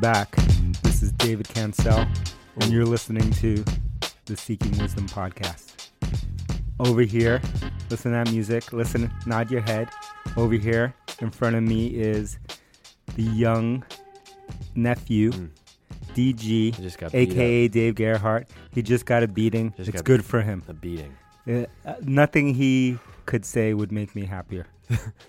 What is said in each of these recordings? back. This is David Cancel, and you're listening to the Seeking Wisdom podcast. Over here, listen to that music, listen, nod your head. Over here, in front of me, is the young nephew, DG, I Hmm. just got beat aka Dave Gerhardt. He just got a beating. Just it's got- good for him. A beating. Uh, uh, nothing he could say would make me happier.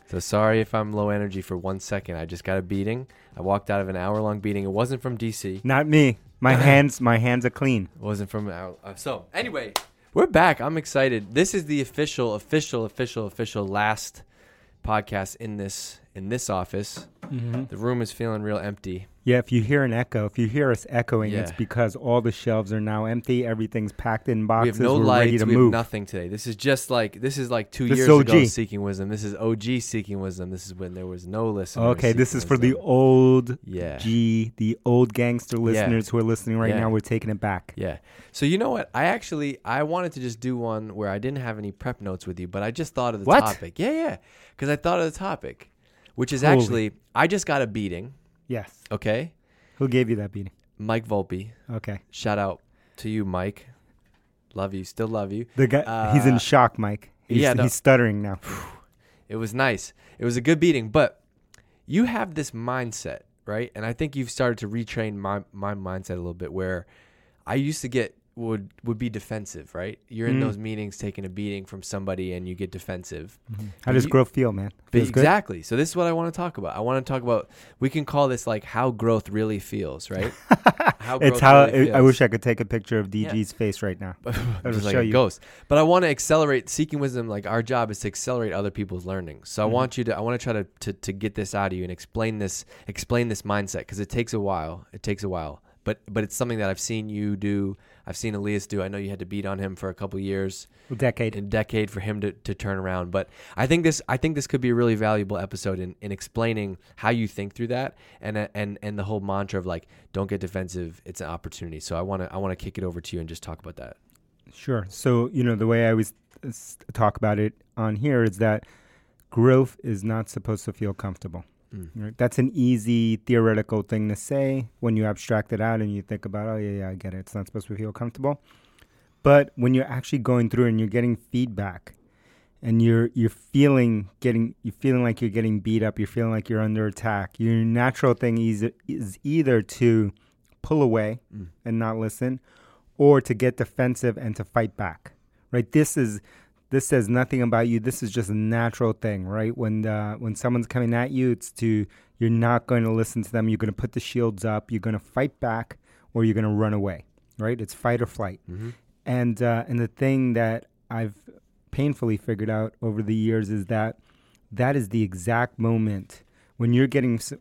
So sorry if I'm low energy for one second. I just got a beating. I walked out of an hour long beating. It wasn't from DC. It Not me. My hands, my hands are clean. wasn't from an hour. Uh, so anyway, we're back. I'm excited. This is the official, official, official, official last podcast in this in this office. Mm-hmm. The room is feeling real empty. Yeah, if you hear an echo, if you hear us echoing, it's Yeah. because all the shelves are now empty. Everything's packed in we boxes. have no We're ready lights. to We move. have nothing today. This is just like this is like two This is years ago. OG. Seeking wisdom. This is OG seeking wisdom. This is when there was no listener. okay, this Seeking is for the Wisdom. old yeah. G, the old gangster listeners who are listening right Yeah. now. We're taking it back. Yeah. So you know what? I actually I wanted to just do one where I didn't have any prep notes with you, but I just thought of the What? topic. Yeah, yeah. Because I thought of the topic, which is Holy. actually I just got a beating. Yes. Okay, Who gave you that beating? Mike Volpe. Okay. Shout out to you, Mike. Love you. Still love you. The guy, he's in Uh, shock, Mike. He's, yeah, no. he's stuttering now. It was nice. It was a good beating, but you have this mindset, right? And I think you've started to retrain my my mindset a little bit where I used to get would would be defensive, right? You're in Mm. those meetings taking a beating from somebody and you get defensive. Mm-hmm. How does you- growth feel, man? But Feels good? exactly. So this is what I want to talk about. I want to talk about we can call this like how growth really feels, right? how It's how really I feels. wish I could take a picture of DG's face right now. I'm It'll just like show a you. ghost. But I want to accelerate seeking wisdom. Like our job is to accelerate other people's learning. So Mm-hmm. I want you to. I want to try to, to to get this out of you and explain this explain this mindset because it takes a while. It takes a while. But but it's something that I've seen you do. I've seen Elias do. I know you had to beat on him for a couple years A decade. a decade for him to, to turn around. But I think this I think this could be a really valuable episode in, in explaining how you think through that and uh, and and the whole mantra of like don't get defensive, it's an opportunity. So I wanna I wanna kick it over to you and just talk about that. Sure. So, you know, the way I always uh, s- talk about it on here is that growth is not supposed to feel comfortable. Mm. Right? That's an easy theoretical thing to say when you abstract it out and you think about, oh, yeah, yeah, I get it. It's not supposed to feel comfortable. But when you're actually going through and you're getting feedback and you're you're feeling getting you're feeling like you're getting beat up, you're feeling like you're under attack, your natural thing is, is either to pull away Mm. and not listen or to get defensive and to fight back right this is this says nothing about you this is just a natural thing right when uh, when someone's coming at you it's to you're not going to listen to them you're going to put the shields up you're going to fight back or you're going to run away right it's fight or flight and uh, and the thing that I've painfully figured out over the years is that that is the exact moment when you're getting s-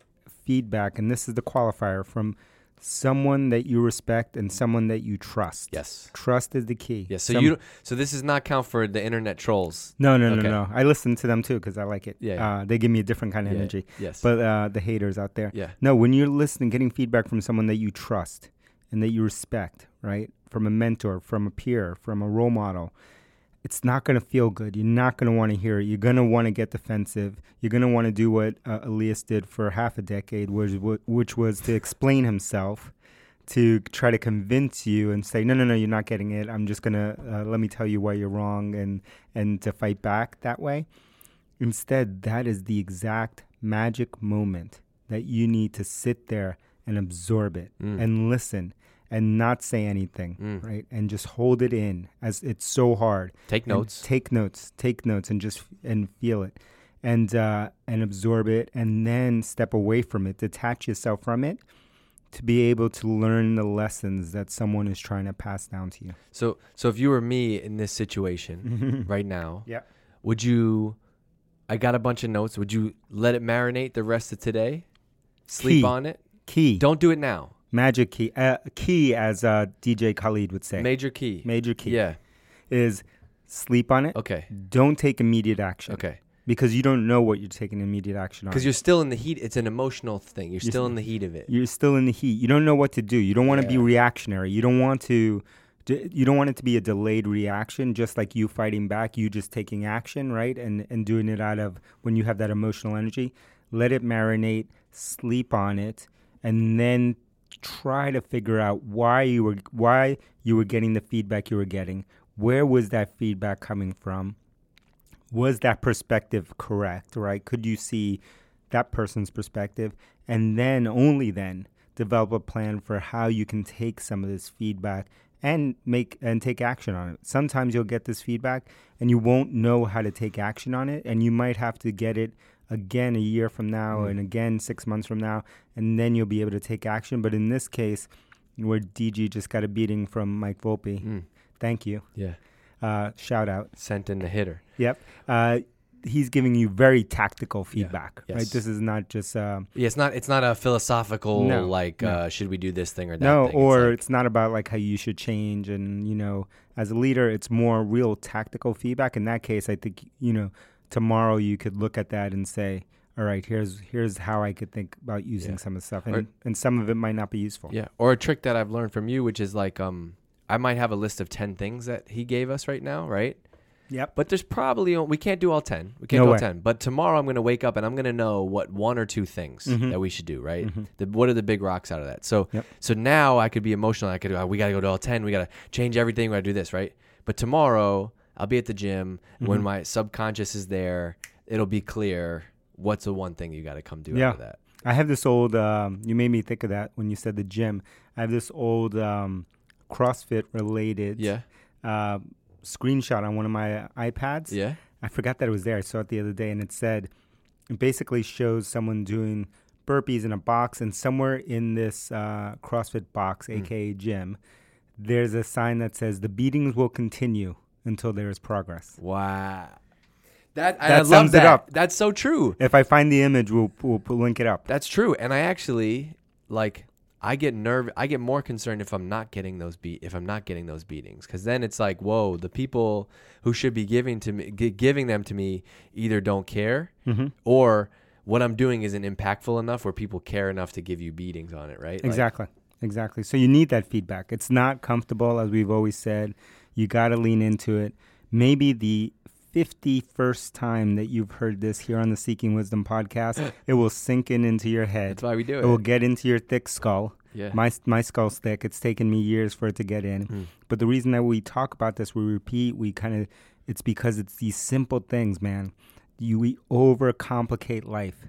feedback, and this is the qualifier from someone that you respect and someone that you trust. Yes. trust is the key. Yes. So Some- you don't- so this is not count for the internet trolls. No, no, no, Okay. no. I listen to them too because I like it. Yeah, yeah. Uh, they give me a different kind of Yeah, energy. Yes. But uh, the haters out there. yeah. No, when you're listening, getting feedback from someone that you trust and that you respect, right? From a mentor, from a peer, from a role model, it's not going to feel good. You're not going to want to hear it. You're going to want to get defensive. You're going to want to do what uh, Elias did for half a decade, which, wa- which was to explain himself, to try to convince you and say, no, no, no, you're not getting it. I'm just going to uh, let me tell you why you're wrong and, and to fight back that way. Instead, that is the exact magic moment that you need to sit there and absorb it Mm. and listen and not say anything, Mm. right? And just hold it in as it's so hard. Take And notes. take notes. Take notes and just and feel it and uh and absorb it and then step away from it, detach yourself from it to be able to learn the lessons that someone is trying to pass down to you. so so if you were me in this situation right now, Mm-hmm. Yeah. would you I got a bunch of notes. Would you let it marinate the rest of today? Sleep Key. on it? Key. Don't do it now. Magic key. Uh, key as uh DJ Khalid would say. Major key. Major key. Yeah. is sleep on it. Okay. Don't take immediate action Okay. because you don't know what you're taking immediate action on. Because you're still in the heat. It's an emotional thing. You're You're still in the heat of it. you're still in the heat. You don't know what to do. You don't want to be Yeah. reactionary. You don't want to. d- You don't want it to be a delayed reaction, just like you fighting back. You just taking action, right, and and doing it out of when you have that emotional energy. Let it marinate. Sleep on it, and then try to figure out why you were why you were getting the feedback you were getting. Where was that feedback coming from? Was that perspective correct, right? Could you see that person's perspective? And then only then develop a plan for how you can take some of this feedback and make and take action on it. Sometimes you'll get this feedback and you won't know how to take action on it and you might have to get it again a year from now and again 6 months from now and then you'll be able to take action, but in this case where DG just got a beating from Mike Volpe. Mm. Thank you. Yeah. Uh, shout out. Sent in the hitter. Yep. Uh, he's giving you very tactical Yeah. feedback, Yes. right? This is not just um, Yeah, it's not it's not a philosophical No, like no. uh, should we do this thing or that no, thing. It's or like- it's not about like how you should change, and you know, as a leader, it's more real tactical feedback. In that case, I think you know, tomorrow you could look at that and say, "All right, here's here's how I could think about using Yeah. some of the stuff," and Or- and some of it might not be useful. yeah, or a trick that I've learned from you which is like um I might have a list of 10 things that he gave us right now, right? Yep. But there's probably we can't do all ten. We can't No do all way. ten. But tomorrow I'm going to wake up and I'm going to know what one or two things Mhm. that we should do. Right? Mhm. The, what are the big rocks out of that? So Yep. so now I could be emotional. I could uh, we got to go to all ten. We got to change everything. We got to do this right. But tomorrow I'll be at the gym Mm-hmm. when my subconscious is there. It'll be clear what's the one thing you got to come do Yeah. out of that. I have this old. Um, you made me think of that when you said the gym. I have this old um, CrossFit related Yeah. uh, screenshot on one of my iPads. Yeah. I forgot that it was there. I saw it the other day, and it said, it basically shows someone doing burpees in a box, and somewhere in this uh, CrossFit box, Hmm. aka gym, there's a sign that says the beatings will continue until there is progress. Wow. That, I That love sums it that. up. That's so true. If I find the image, we'll we'll put- link it up. That's true. And I actually like I get nerve I get more concerned if I'm not getting those beat if I'm not getting those beatings cuz then it's like, whoa, the people who should be giving to me gi- giving them to me either don't care Mm-hmm. or what I'm doing isn't impactful enough where people care enough to give you beatings on it, right? Like, Exactly. Exactly. So you need that feedback. It's not comfortable, as we've always said. You got to lean into it. Maybe the 51st time that you've heard this here on the Seeking Wisdom podcast, it will sink in into your head. that's why we do It will it. get into your thick skull. Yeah. Mm. My my skull's thick. It's taken me years for it to get in. But the reason that we talk about this, we repeat, we kind of, it's because it's these simple things, man. You we overcomplicate life.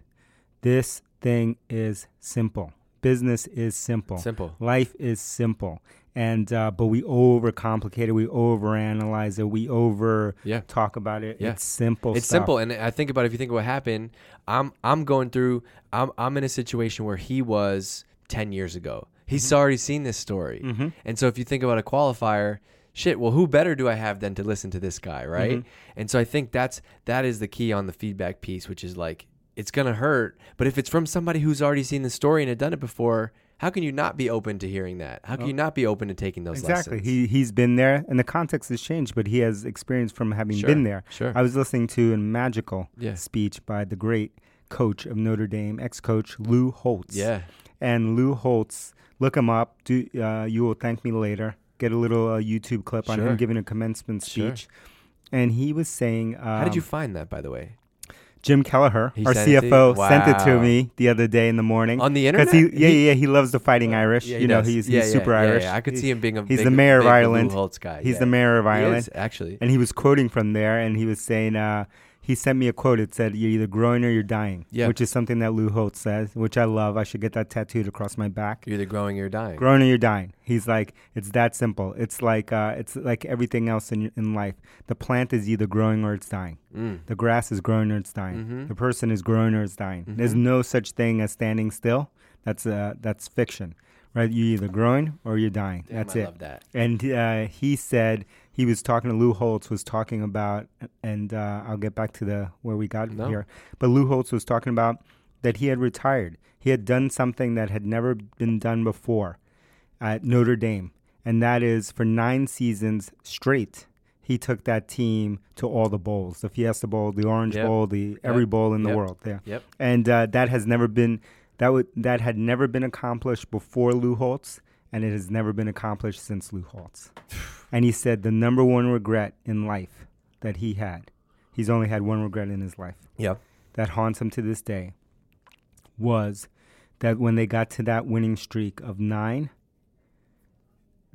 This thing is simple. Business is simple. Simple. Life is simple, and uh, but we overcomplicate it. We overanalyze it. We over Yeah. talk about it. Yeah. It's simple. It's stuff. simple, and I think about it, if you think of what happened. I'm I'm going through. I'm I'm in a situation where he was ten years ago. He's Mm-hmm. already seen this story, and so if you think about a qualifier, shit. Well, who better do I have than to listen to this guy, right? Mm-hmm. And so I think that's that is the key on the feedback piece, which is like it's gonna hurt, but if it's from somebody who's already seen the story and had done it before, how can you not be open to hearing that? How can you not be open to taking those Exactly. lessons? He he's been there, and the context has changed, but he has experience from having Sure, been there. sure. I was listening to a magical Yeah. speech by the great coach of Notre Dame, ex-coach Lou Holtz. yeah, And Lou Holtz, look him up. Do uh, you will thank me later. Get a little uh, YouTube clip on Sure. him giving a commencement Sure. speech. And he was saying, um, how did you find that, by the way? Jim Kelleher, He our sent it to you? CFO, sent it to Wow. me the other day in the morning. On the 'Cause internet? He, yeah, yeah, he loves the Fighting Irish. Yeah, he you know, does. he's, Yeah, he's yeah, super yeah, Irish. Yeah, I could He- see him being a. he's big- the mayor of big Lou Ireland. Holtz guy. He's yeah. the mayor of He Ireland. is, actually. And he was quoting from there, and he was saying, uh, he sent me a quote. It said, "You're either growing or you're dying," Yeah. which is something that Lou Holtz says, which I love. I should get that tattooed across my back. You're either growing or you're dying. Growing or you're dying. He's like, it's that simple. It's like, uh, it's like everything else in in life. The plant is either growing or it's dying. Mm. The grass is growing or it's dying. Mhm. The person is growing or it's dying. Mm-hmm. There's no such thing as standing still. That's uh, that's fiction, right? You're either growing or you're dying. Damn, that's I it. love that. And uh, he said he was talking to Lou Holtz was talking about, and uh, I'll get back to the where we got No. here. But Lou Holtz was talking about that he had retired. He had done something that had never been done before at Notre Dame, and that is for nine seasons straight. He took that team to all the bowls: the Fiesta Bowl, the Orange Yep. Bowl, the every Yep. bowl in the Yep. world. Yeah Yep. and uh, that has never been that would that had never been accomplished before Lou Holtz, and it has never been accomplished since Lou Holtz. and he said the number one regret in life that he had, he's only had one regret in his life Yep. that haunts him to this day, was that when they got to that winning streak of nine,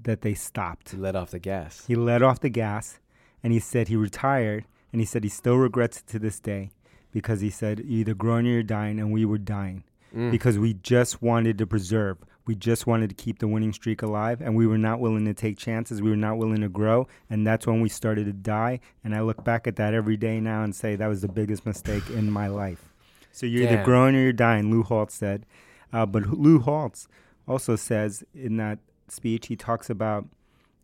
that they stopped. to let off the gas. He let off the gas and he said he retired and he said he still regrets it to this day because he said "You're either growing or you're dying and we were dying Mm. because we just wanted to preserve. We just wanted to keep the winning streak alive and we were not willing to take chances. We were not willing to grow. And that's when we started to die. And I look back at that every day now and say that was the biggest mistake in my life. So you're either Damn. growing or you're dying, Lou Holtz said. Uh, but Lou Holtz also says in that speech, he talks about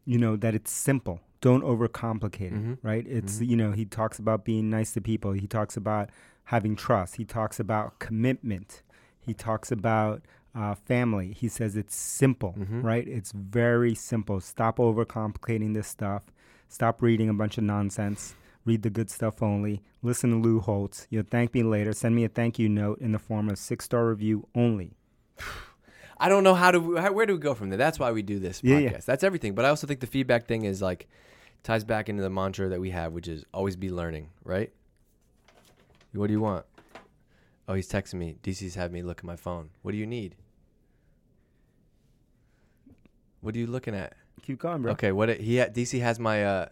you know that it's simple don't overcomplicate Mhm. it right it's you know he talks about being nice to people he talks about having trust he talks about commitment he talks about uh, family he says it's simple right it's very simple stop overcomplicating this stuff stop reading a bunch of nonsense read the good stuff only listen to lou holtz you'll thank me later send me a thank you note in the form of six star review only I don't know how to how, where do we go from there. That's why we do this podcast. Yeah, yeah. That's everything. But I also think the feedback thing is like ties back into the mantra that we have, which is always be learning. Right? What do you want? Oh, he's texting me. DC's had me look at my phone. What do you need? What are you looking at? keep going bro Okay, what it, he ha- DC has my uh,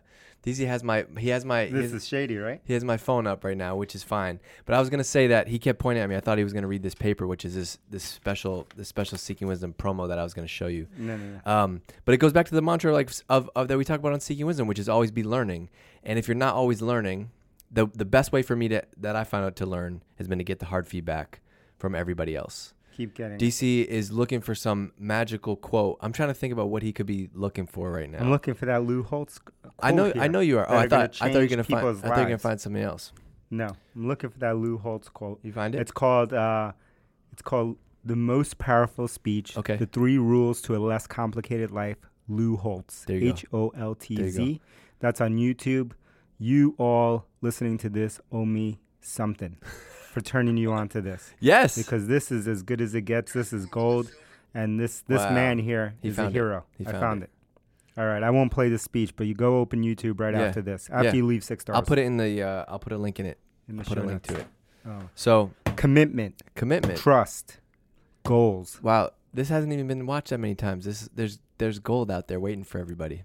DC has my he has my this his- is shady right he has my phone up right now, which is fine. But I was gonna say that he kept pointing at me. I thought he was gonna read this paper, which is this this special this special seeking wisdom promo that I was gonna show you. no no no Um, but it goes back to the mantra like of, of that we talk about on seeking wisdom, which is always be learning. And if you're not always learning, the the best way for me to that I found out to learn has been to get the hard feedback from everybody else. keep getting it. DC is looking for some magical quote. I'm trying to think about what he could be looking for right now. I'm looking for that Lou Holtz. c- I know, quote I here know you are. Oh, that I gonna thought, I thought you were change gonna find, I people's thought you were gonna lives. find something else. No, I'm looking for that Lou Holtz quote. You find it? It's called. Uh, it's called the most powerful speech. Okay. The three rules to a less complicated life. Lou Holtz. There you go. H O L T There you Z. That's on YouTube. You all listening to this owe me something for turning you on to this Yes. because this is as good as it gets. This is gold, and this this Wow. man here He is a found it. hero. He I found found, it. All right, I won't play the speech, but you go open YouTube right Yeah. after this. After Yeah. you leave six stars, I'll put it in the. Uh, I'll put a link in it. in I'll put a show link to notes. it. Oh. So Commitment, commitment. trust, goals. Wow, this hasn't even been watched that many times. This there's there's gold out there waiting for everybody.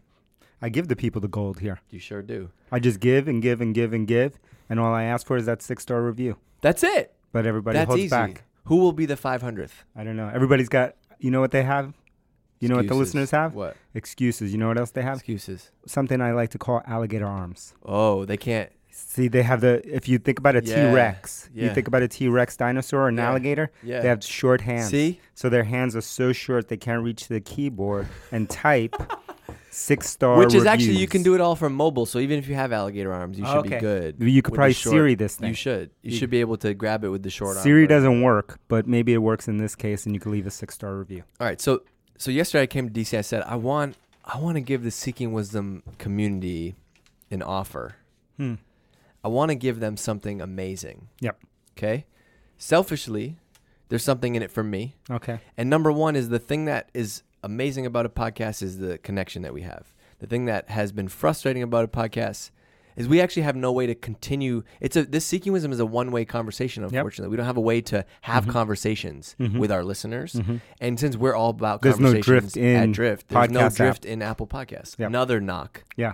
I give the people the gold here. You sure do. I just give and give and give and give, and all I ask for is that six star review. That's it. But everybody That's holds easy. back. Who will be the 500th? I don't know. Everybody's got. You know what they have. You know what the Excuses. listeners have? What Excuses. You know what else they have? excuses? Something I like to call alligator arms. Oh, they can't. See, they have the. If you think about a Yeah, Rex, yeah. you think about a T Rex dinosaur or an Yeah, alligator. yeah. They have short hands. See, So their hands are so short they can't reach the keyboard and type six star. which is actually you can do it all from mobile. So even if you have alligator arms, you should be Okay. good. You could with the probably short- Siri this thing. You should. You You- should be able to grab it with the short arm. Siri version. doesn't work, but maybe it works in this case, and you can leave a six star review. All right, so so yesterday I came to DC. I said I want I want to give the Seeking Wisdom community an offer. Hmm. I want to give them something amazing. Yep. Okay. Selfishly, there's something in it for me. Okay. And number one is the thing that is amazing about a podcast is the connection that we have. The thing that has been frustrating about a podcast is we actually have no way to continue. It's a this seeking wisdom is a one way conversation. Unfortunately, we don't have a way to have Mm-hmm. conversations with our listeners. And since we're all about There's no conversations drift in at drift, there's no podcast app. drift in Apple Podcasts. Yep. Another knock. Yeah.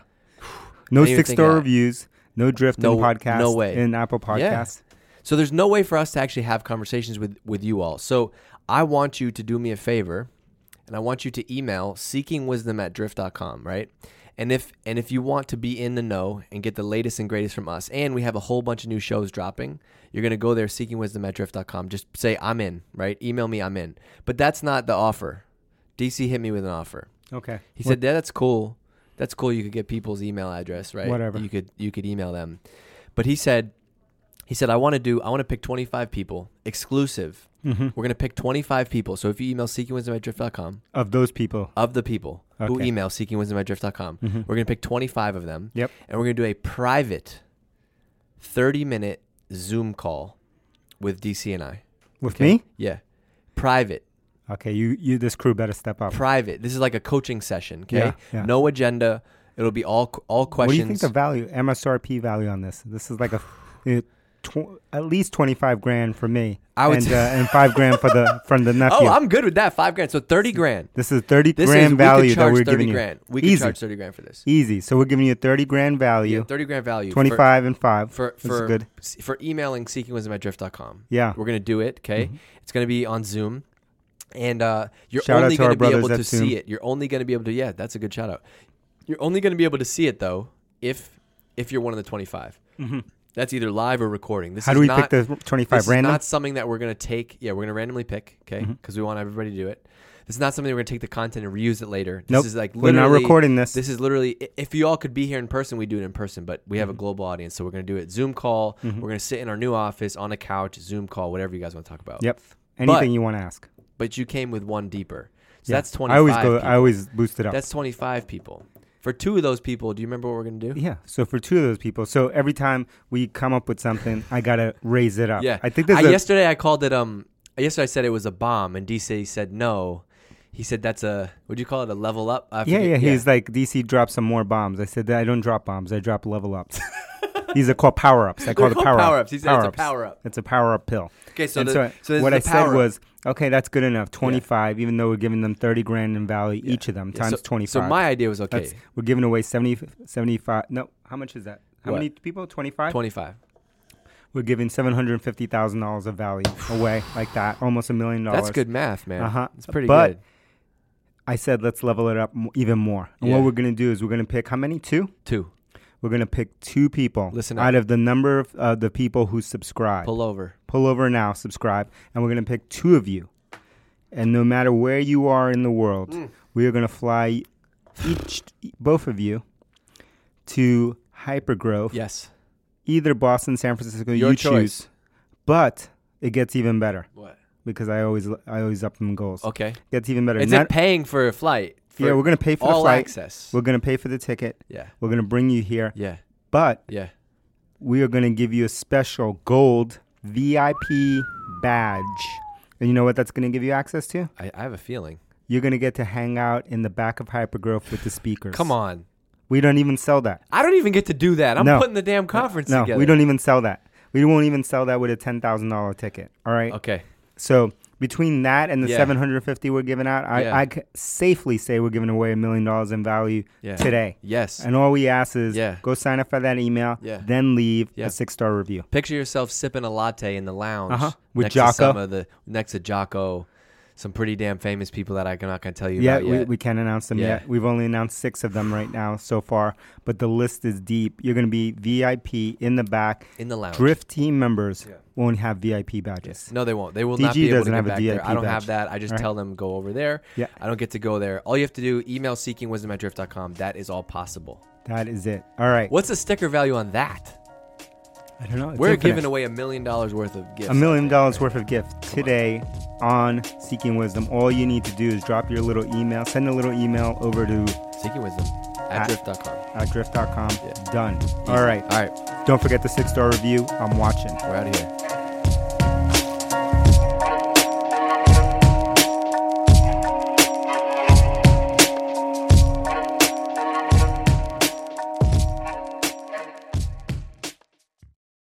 No Didn't even six think star of that. reviews. No drift No- in podcast. no way. in Apple Podcasts. So there's no way for us to actually have conversations with with you all. So I want you to do me a favor and I want you to email seekingwisdom at drift.com, right? And if and if you want to be in the know and get the latest and greatest from us, and we have a whole bunch of new shows dropping, you're gonna go there seekingwisdom at drift.com. Just say I'm in, right? Email me I'm in. But that's not the offer. DC hit me with an offer. Okay. He said, "Yeah, that's cool. That's cool. You could get people's email address, right? Whatever. You could you could email them." But he said, "He said I want to do. I want to pick 25 people exclusive. Mm-hmm. We're gonna pick 25 people. So if you email seekingwisdomatdrift.com of those people. of the people who Okay. Mm-hmm. email seekingwisdomatdrift.com, we're gonna pick 25 of them. Yep. And we're gonna do a private 30 minute Zoom call with DC and I. With Okay? me? Yeah, private." Okay. You you this crew better step up. private. This is like a coaching session. Okay, Yeah, yeah. no agenda. It'll be all all questions. What do you think the value MSRP value on this? This is like a. It, uh, tw- at least twenty five grand for me. I would and, say- uh, and five grand for the from the nephew. Oh, I'm good with that. Five grand. So thirty grand. this is thirty This is grand we value could that charge we're thirty giving grand. you. We could Easy, charge thirty grand for this. easy. So we're giving you thirty grand value. Yeah, thirty grand value. for- 25 and 5 for This is for good s- for emailing seekingwisdom at drift.com. yeah Mm-hmm. We're gonna do it. Okay, it's gonna be on Zoom, and uh, you're Shout out only to our gonna be brothers able at to Zoom. see it. You're only gonna be able to. Yeah, that's a good shout out. You're only gonna be able to see it though if if you're one of the 25. That's either live or recording. This how is do we not, pick the 25 this random is not something that we're gonna take. Yeah, we're gonna randomly pick. Okay, Mm-hmm. because we want everybody to do it. This is not something we're gonna take the content and reuse it later. This nope is like we're literally not recording this, this is literally i- if you all could be here in person, we do it in person, but we have Mm-hmm. a global audience, so we're gonna do it Zoom call. We're gonna sit in our new office on a couch, Zoom call, whatever you guys want to talk about. yep anything But- you want to ask But you came with one deeper, so Yeah. that's twenty. i always go People. i always boost it up that's twenty five people. For two of those people, do you remember what we're gonna do? yeah so for two of those people so every time we come up with something i gotta raise it up Yeah. i think this is I- a- yesterday I called it. Um, yesterday I said it was a bomb, and DC said no. He said that's a. Would you call it a level up? I yeah forget- yeah he's like dc drop some more bombs i said that i don't drop bombs i drop level ups these are called power-ups i call They're it called power-up power-ups. He said it's a Power-ups. power-up. it's a power-up pill Okay, so and the, so, so this what I is the said power up. was, okay, that's good enough. Twenty five, even though we're giving them thirty grand in value each of them Yeah, times so- twenty five. So my idea was okay, That's, We're giving away 70, 75. No, how much is that? How What? many people? 25? twenty five. We're giving $750,000 of value away like that, almost a million dollars. That's good math, man. Uh-huh. It's pretty But- good. I said, let's level it up m- even more. And Yeah. what we're going to do is we're going to pick how many? Two? Two. We're going to pick two people Listen up. out of the number of uh, the people who subscribe. Pull over. pull over now, subscribe, and we're going to pick two of you. And no matter where you are in the world, Mm. we are going to fly each, both of you, to Hypergrove, Yes. either Boston, San Francisco, Your you choice. choose. But it gets even better What? because I always, I always up them goals. Okay. Gets even better. Is Not- it paying for a flight? For yeah, we're going to pay for the all flight. access. We're going to pay for the ticket. yeah. We're going to bring you here, Yeah. but Yeah. we are going to give you a special gold VIP badge. And you know what that's going to give you access to? I, I have a feeling. You're going to get to hang out in the back of Hypergrowth with the speakers. Come on. We don't even sell that. I don't even get to do that. I'm No. putting the damn conference No, together. we don't even sell that. We won't even sell that with a $10,000 ticket. All right. Okay. So between that and the Yeah. 750 we're giving out, I, Yeah. I c- safely say we're giving away a million dollars in value Yeah. today. Yes. And all we ask is Yeah. go sign up for that email, Yeah. then leave Yeah. a six star review. Picture yourself sipping a latte in the lounge Uh-huh. With next Jocko. to some of the next to Jocko, some pretty damn famous people that I'm not gonna tell you Yeah, about we, yet. we can't announce them Yeah. yet. We've only announced six of them right now so far, but the list is deep. You're going to be VIP in the back. in the lounge. Drift team members won't have VIP badges. No, they won't. They will DG not be able to doesn't get have a back there. DIP I don't have badge. that. I just All right. tell them go over there. Yeah. I don't get to go there. All you have to do email seekingwisdom at drift.com. That is all possible. That is it. All right. What's the sticker value on that? I don't know. It's We're infinite. giving away a million dollars worth of gifts. a million dollars worth of gift today on Seeking Wisdom. All you need to do is drop your little email, send a little email over to uh, Seekingwisdom at At- drift.com. outdrift.com. Yeah. Done. Ah. All right. All right. Don't forget the six star review. I'm watching. We're out of here.